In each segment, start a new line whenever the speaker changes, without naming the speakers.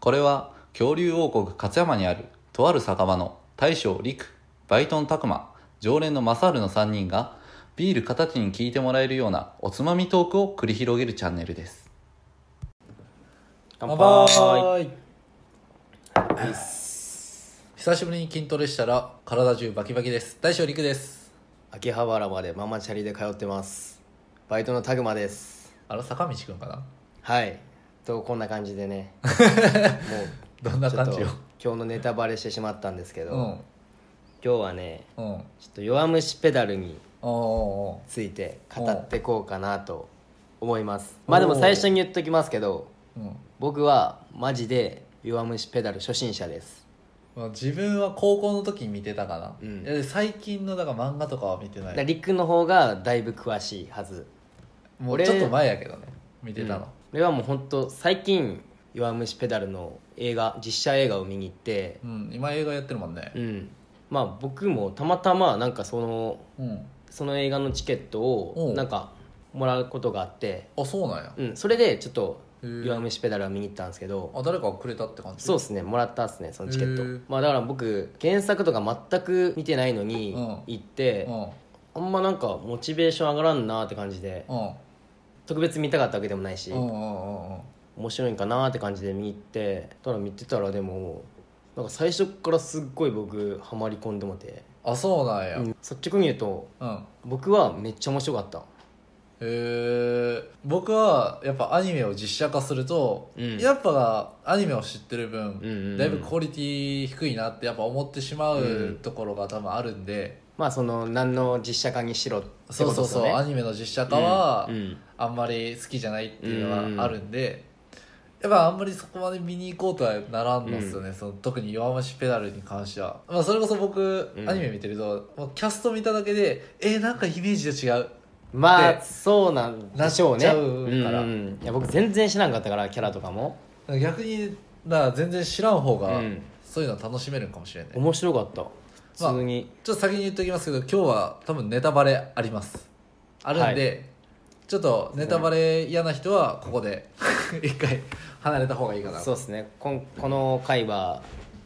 これは恐竜王国勝山にあるとある酒場の大将陸バイトン拓磨常連のマサールの3人がビール片手に聞いてもらえるようなおつまみトークを繰り広げるチャンネルです
乾
乾
杯
久しぶりに筋トレしたら体中バキバキです大将陸です
秋葉原までママチャリで通ってますバイトのタグマです
あの坂道くんかな
はいとこんな感じ でねも
どん
う
な
ちょっ
感
と
じよ
今日のネタバレしてしまったんですけど、
うん
今日はね
うん
ちょっと弱虫ペダルに
お
ついて語ってこうかなと思います
おう
まあでも最初に言っときますけど
ーおーおーうん
僕はマジで弱虫ペダル初心者です
まあ、自分は高校の時に見てたかな、
うん
いや最近のだから漫画とかは見てな
だから
い
りっくんの方がだいぶ詳しいはず
もう
俺
ちょっと前やけどね見てたの、
俺はもう本当最近「弱虫ペダル」の映画実写映画を見に行って
うん今映画やってるもんね
うんまあ僕もたまたまなんかその
うん
その映画のチケット
お
を
う
なんかもらうことがあって、
あそうなんや
うん、それでちょっと「
へー
弱虫ペダル」は見に行ったんですけど
あ誰かがくれたって感じ
そうですねもらったっすねそのチケッ
へー
トまあだから僕原作とか全く見てないのに
うん
行って
うん
あんまなんかモチベーション上がらんなって感じで
うん
特別見たかったわけでもないし
うんうんうん
面白いんかなって感じで見に行ってたら見てたらでもなんか最初っからすっごい僕ハマり込んでもて、
あそうなんや
う
うん、
ん、率直に言うと
へ
僕はめっちゃ面白かった
え僕はやっぱアニメを実写化すると、
うん
やっぱアニメを知ってる分、
うんうんうん
だいぶクオリティ低いなってやっぱ思ってしまううんところが多分あるんで、
まあその何の実写化にしろってことです
そ
よ
う
ね
そうそう、アニメの実写化は、
うんうん
あんまり好きじゃないっていうのはあるんで、やっぱあんまりそこまで見に行こうとはならんのっすよね、その特に弱虫ペダルに関しては、まあ、それこそ僕、
うん
アニメ見てるともうキャスト見ただけでえー、なんかイメージと違う
ま
で
あそうなんでしょうね
なっちゃうから
んんいや僕全然知らんかったからキャラとかも、
逆にな全然知らん方
う
が、
ん、
そういうの楽しめるんかもしれない、ちょ
面白かった普通に、
っと先に言っておきますけど今日は多分ネタバレありますあるんで、ちょっとネタバレ嫌な人はここで 一回離れた方がいいかな
そうですねこんこの回は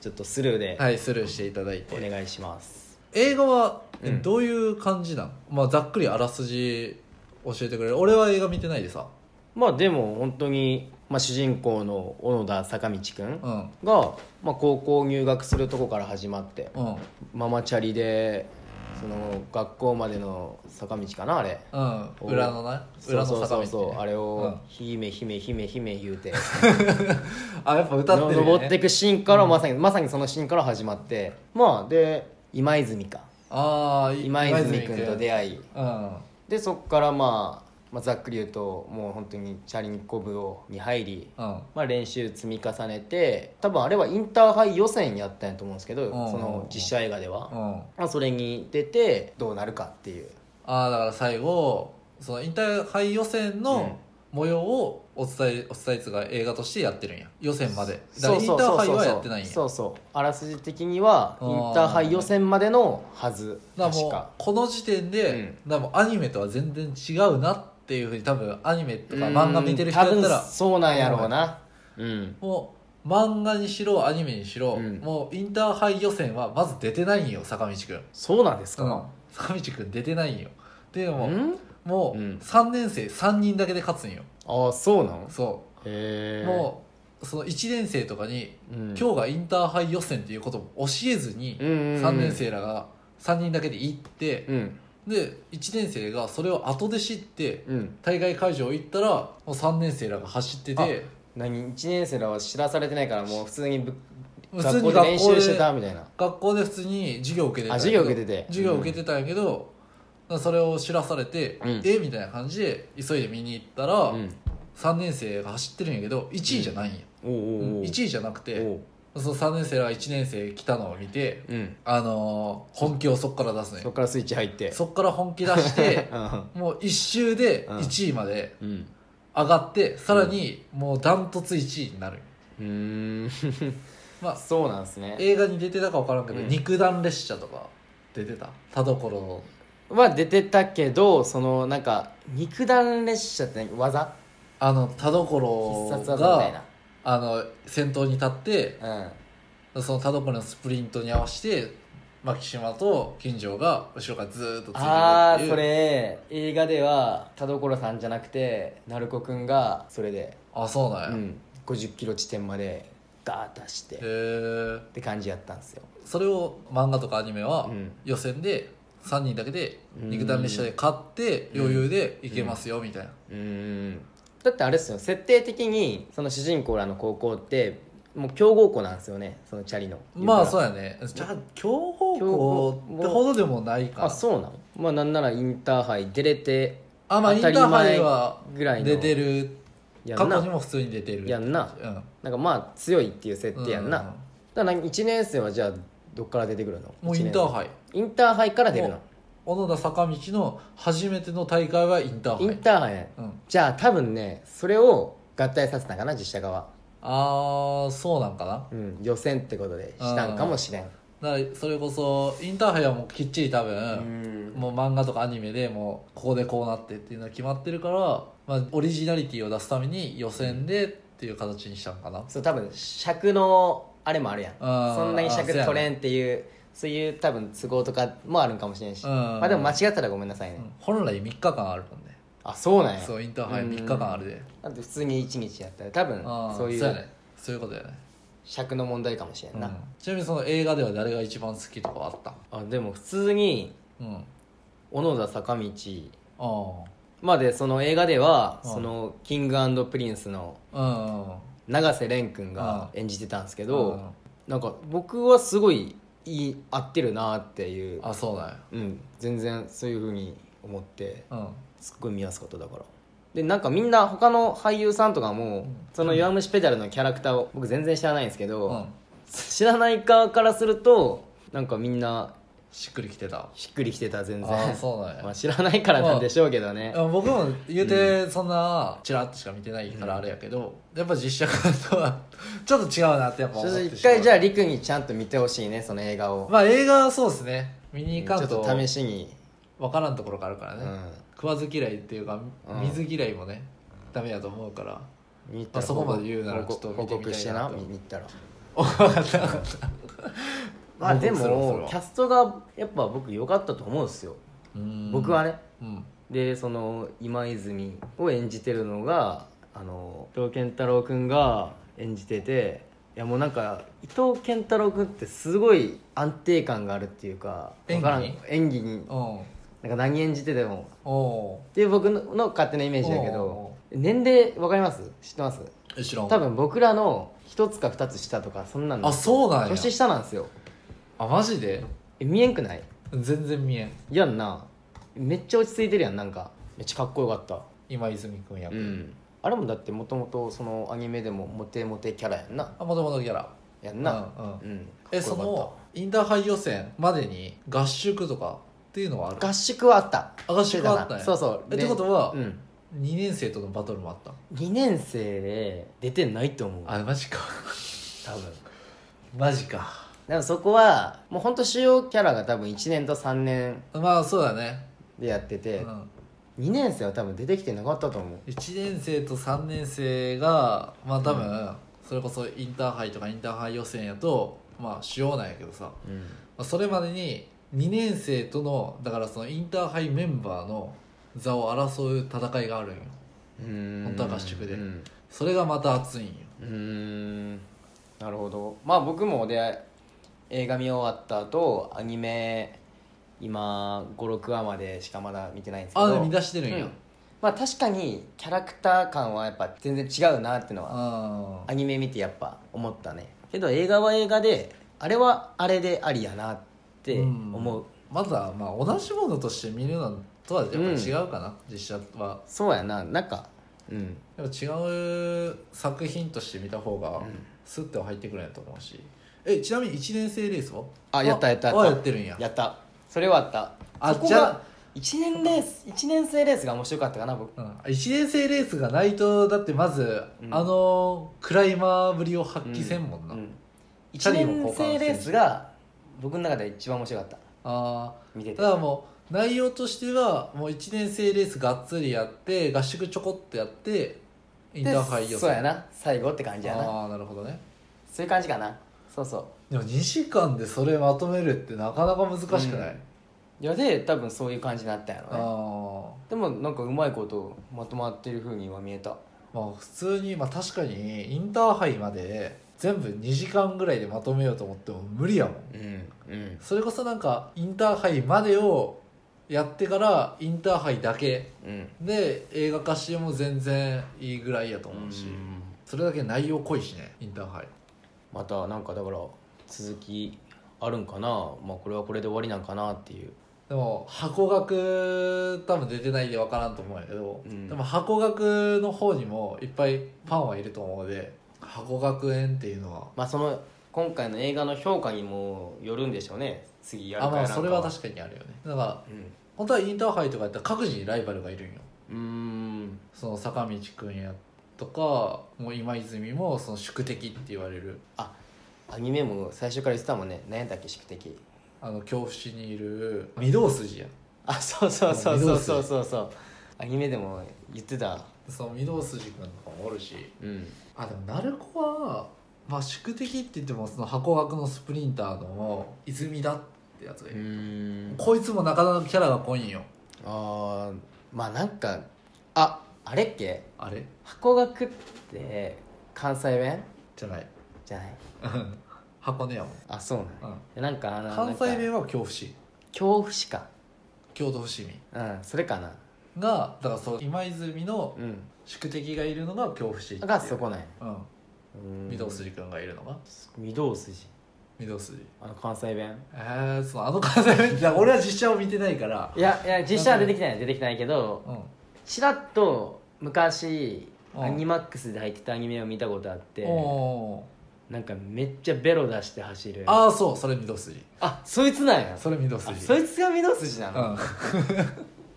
ちょっとスルーで
はいスルーしていただいて
お願いします、
映画はえ
うん
どういう感じなの、まあ、ざっくりあらすじ教えてくれる俺は映画見てないでさ
まあでも本当にまあ、主人公の小野田坂道くん
う
が、
ん
まあ、高校入学するとこから始まって
うんうん
ママチャリでその学校までの坂道かなあれお
裏のな裏の坂道、ね、
そうそうそうそうあれを
う
「姫姫姫姫」言うて
んあやっぱ歌ってる、ね、
登ってくシーンからまさにまさにそのシーンから始まってまあで今泉か
ああ
今泉君と出
会
会い
うん
でそっからまあ、まあ、ざっくり言うともう本当にチャリンコ部をに入り
うん
まあ、練習積み重ねて多分あれはインターハイ予選やったんやと思うんですけど、
んうん
その実写映画では、
うん
まあ、それに出てどうなるかっていう
ああだから最後そのインターハイ予選の模様をお伝えお伝えつが映画としてやってるんや予選までだからインターハイはやってないんや
そうそうあらすじ的には
あ
イン
ー
ターハイ予選までのはず
だからも
確
う
か
この時点で、だからもうアニメとは全然違うなっていうふうに多分アニメとか漫画見てる人だ
う
った
ん多
ら
分そうなんやろうなうん
もう漫画にしろアニメにしろ、
うん
もうインターハイ予選はまず出てないんよ坂道くん、
そうなんです
うん
か、
坂道くん出てないんよっていうの
う
も、
ん
もう
うん
3年生3人だけで勝つんよ
ああそうなの
そ
へ
う、
え
もうその1年生とかに、
うん
今日がインターハイ予選っていうことも教えずに、
うんうんうん
3年生らが3人だけで行って、
うん
で1年生がそれを後で知って
うん
大会会場行ったらもう3年生らが走ってて
何1年生らは知らされてないからもう普通にぶ
普通
学
に学
校で
校で
練習してたみたいな
学校で普通に授業受けてた
あ
んやけど
授業受けてて
授業受けてたんやけど、それを知らされて、
うん
えみたいな感じで急いで見に行ったら、
うん
3年生が走ってるんやけど1位じゃないんや、
おうおうおう
1位じゃなくて
おう
その3年生らが1年生来たのを見て、
うん
あのー本気をそっから出すの
そっ
よ
からスイッチ入って
そっから本気出して
うん
もう1周で1位まで、
うん
上がってさらにもうダントツ1位になる、
うーん
まあ
そうなんですね
映画に出てたか分からんけど、
うん
肉弾列車とか出てた田所の
は出てたけどそのなんか肉弾列車って技
あの田
必
所
殺技みたい
が
な
あの先頭に立って
うん
その田所のスプリントに合わせて牧島と金城が後ろからずーっとついていく
ああ
っていう
それ映画では田所さんじゃなくて鳴子くんがそれで、
あそうなんや、
う
へ
ん、50キロ地点までガーッと走ってっ
え
て感じやったんですよ
それを漫画とかアニメは
うん
予選で3人だけで
うん
肉弾列車で勝って余裕でいけますよみたいな、
うんだってあれっすよ設定的にその主人公らの高校ってもう強豪校なんですよねそのチャリの
まあそううやねじゃあ強豪校ってほどでもないか
あそうなのまあなんならインターハイ出れて
あまあインターハイは
ぐらいの
出てる
や
過
ん
去に
な
も普通に出てる
やんな
うん
なんかまあ強いっていう設定やんな、だからなんか1年生はじゃあどっから出てくるの
うんもうインター
イ
ハイ
インターハイから出るの
も小野田坂道の初めての大会はインターハイ
インターハイね
うん、
じゃあ多分ねそれを合体させたんかな実写側、
ああそうなんかな
うん、予選ってことでしたんかもしれん
だからそれこそインターハイはもうきっちり多分、もう漫画とかアニメでもうここでこうなってっていうのは決まってるから、まあ、オリジナリティを出すために予選でっていう形にしたんかな
そう多分尺のあれもあるやん
あー
そんなに
あ
尺
ーそうやね
取れんっていうそういう多分都合とかもあるんかもしれんし、
うん
まあでも間違ったらごめんなさいね、
うん本来3日間あるもんね
あそうなんや
そうインターハイ3日間あるで
だって普通に1日やったら多
あ
分
ー
そうい
や
う
ねそういうことやね、
尺の問題かもしれ
うん
な、
んちなみにその映画では誰が一番好きとかはあった
あでも普通に
うんあ
小野田坂道
あ
まあでその映画では、
うん
そのキングプリンスの
うんうん
永瀬廉君が
う
演じてたんですけ
け
ど、なんか僕はすごいいい合ってるなっていう
あそうなんや
うん全然そういうふうに思って
うん
すっごい見やすかっただからでなんかみんな他の俳優さんとかも、その「弱虫ペダル」のキャラクターを僕全然知らないんですけど、
うん
知らない側からするとなんかみんな
しっくりきてた
しっくりきてた全然
ああそうなんや
まあ、知らないからなんでしょうけどね
いや僕も言うてそんなチラッとしか見てないからあれやけど、やっぱ実写化とはちょっと違うなってやっぱ
ちょ
思
っ
っ
と
て
一
しまう
回じゃありくにちゃんと見てほしいねその映画を、
まあ映画はそうですね見に行か
ちょっ
んと
と試しに、
分からんところがあるからね、食わず嫌いっていうか
うん
水嫌いもね、ダメやと思うから
うん見
まあそこまで言うならちょっと
報
見てみたいなと
告してな見に行ったら ま
ま
あ
あ
で
報告するわそれ
も
は
キャストがやっぱ僕良かったと思うんですよ、僕はね
うん
でその今泉を演じてるのがあの伊藤健太郎君が演じてていやもうなんか伊藤健太郎君ってすごい安定感があるっていうか
演技
わからん
に
演技に
うんお
なんか何演じてても
お
っていう僕のの勝手なイメージだけど年齢わかります知ってます
ーえ知らん
多分僕らの一つか二つ下とかそんなん
あそうなんや
年下なんですよ
あマジで
え見えんくない
全然見えん
やんなめっちゃ落ち着いてるやんなんかめっちゃかっこよかった
今泉君役、
うんあれもだってもともとそのアニメでもモテモテキャラやんな
あもともとキャラ
やんな
うんうん
うん、
え
かっ
そ
こよか
のインターハイ予選までに合宿とかっていうのはある
った合宿はあった
あ合宿はあったんや
そうそう
えっ
で
てことは、
うん
2年生とのバトルもあった
2年生で出てないと思う
あマジか
多分
マジか
でもそこはもう本当主要キャラが多分1年と3年
まあそうだね、
でやって
う
て、
ん、
2年生は多分出てきてなかったと思う
1年生と3年生がまあ多分、それこそインターハイとかインターハイ予選やとまあ主要なんやけどさ、ま
うん
あ、それまでに2年生とのだからそのインターハイメンバーの座を争う戦いがあるんよ
うん
本当は合宿で
うん
それがまた熱いんよ
うーんなるほどまあ僕もで映画見終わった後アニメ今56話までしかまだ見てないんですけ
あ
ど
でも見出してるんや、
うんまあ確かにキャラクター感はやっぱ全然違うなってのは
あ
アニメ見てやっぱ思ったねけど映画は映画であれはあれでありやなって思う、
まだまあ同じものとして見るのとはやっぱ違うかな、実写は
そうやななんかうん
でも違う作品として見た方がスッては入ってくるんやと思うし、えちなみに1年生レースは
あやったやったやった
はやってるんや
やったそれはあった
あ
そこ
じゃ
が
あ
1年レース一年生レースが面白かったかな僕
うん、1年生レースがないとだってまず、
うん
あのクライマーぶりを発揮せんもんな、
うん
チ
1
ャリも
年
交換して
生
る
レースが僕の中で一番面白かった
あ
見て
あ
て
ただもう内容としてはもう1年生レースがっつりやって合宿ちょこっとやってインターハイ予選
そうやな最後って感じやな
ああなるほどね
そういう感じかなそうそう
でも2時間でそれまとめるってなかなか難しくない、
うんいやで多分そういう感じになったんや
あ
ろね
あ
でもなんかうまいことまとまってる風には見えた
まあ普通にまあ確かにインターハイまで全部2時間ぐらいでまとめようと思っても無理やもん
うんうん
それこそなんかインターハイまでをやってからインターハイだけ
うん
で映画化しても全然いいぐらいやと思うしそれだけ内容濃いしねインターハイ
またなんかだから続きあるんかなまあこれはこれで終わりなんかなっていう
でも箱学多分出てないで分からんと思うんやけど、
うん
でも箱学の方にもいっぱいファンはいると思うので箱学園っていうのは
まあその今回の映画の評価にもよるんでしょうね次やる
あ
か
ま
や
あ
らんか
それは確かにあるよねだから
うん
本当はインターハイとかやったら各自にライバルがいるんよ
うーん
その坂道くんやとかもう今泉もその宿敵って言われる
アニメも最初から言ってたもんね何やったっけ宿敵
あの恐怖市にいる御堂筋や
あそうそうそうそうそうそうそうアニメでも言ってた
その御堂筋くんとかもおるし
うん
あでも鳴子はまあ宿敵って言ってもその箱学のスプリンターの泉田ってやつがいる、
ん
こいつもなかなかキャラが濃いんよ
あーまあなんかああれっけ
あれ
箱学って関西弁
じゃない
じゃない
箱根やもん、
あそう
うん
なのなんかあの
関西
なんか
弁は恐怖市
恐怖しか
京都伏見
うんそれかな
がだからそう今泉の
うん
宿敵がいるのが恐怖市っていう
がそこなんや
うん御堂筋くんがいるのが
御堂筋
御堂筋
あの関西弁
えー、そのあの関西 弁って俺は実写を見てないから
いやいや実写は出てきてない出てきてないけど
うん
ちらっと昔
うん
アニマックスで入ってたアニメを見たことあって
おー
なんかめっちゃベロ出して走る
ああそうそれ御堂筋
あそいつなんや
それ御堂
あ
筋
そいつが御堂筋な
う
の
ん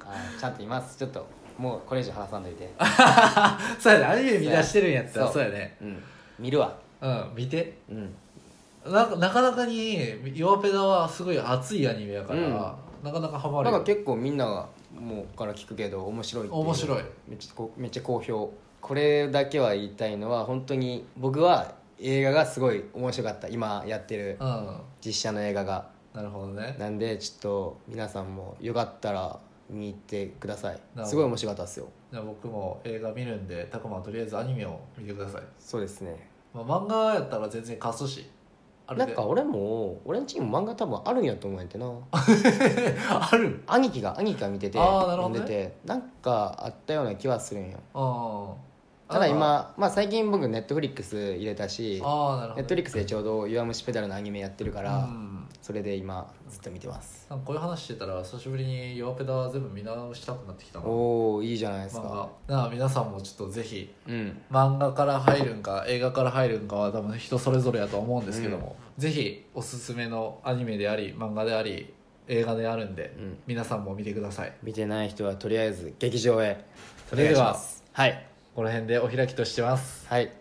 あちゃんといますちょっともうこれ以上話さんといて
そうやねアニメ見出してるんやったら
そう
そうやね
うん見るわ
うん見て
うん
なんかなかなかに「ヨアペダ」はすごい熱いアニメやから、
うん
なかなかハマ
な
る
んか
よ
結構みんながもうから聞くけど面白いっていう
面白い
めっちゃこめっちゃ好評これだけは言いたいのは本当に僕は映画がすごい面白かった今やってる
うん
実写の映画が
なるほどね
なんでちょっと皆さんもよかったら見に行ってください
ほど
すごい面白かったですよ
じゃあ僕も映画見るんでたくまはとりあえずアニメを見てください、
そうですね
まあ、漫画やったら全然貸すしあ
な
れ
ん
で
か俺も俺んちにも漫画多分あるんやと思うんやってな
ある
兄貴が兄貴が見てて
あーなるほどね
んでてなんかあったような気はするんよ
ああ
ただ今、まあ、最近僕ネットフリックス入れたし
ああなるほ
ネ
ど
ットフリックスでちょうど「弱虫ペダル」のアニメやってるから、
うん
それで今ずっと見てます
なんかこういう話してたら久しぶりに「ヨアペダ」全部見直したくなってきたな
おおいいじゃないです
漫
か
画なあ皆さんもちょっとぜひ
うん
漫画から入るんか映画から入るんかは多分人それぞれやと思うんですけども、ぜひおすすめのアニメであり漫画であり映画であるんで、
うん
皆さんも見てください
見てない人はとりあえず劇場へ
それでは
お願いしますはい
この辺でお開きとしてます
はい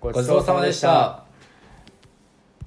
ごちそうさまでした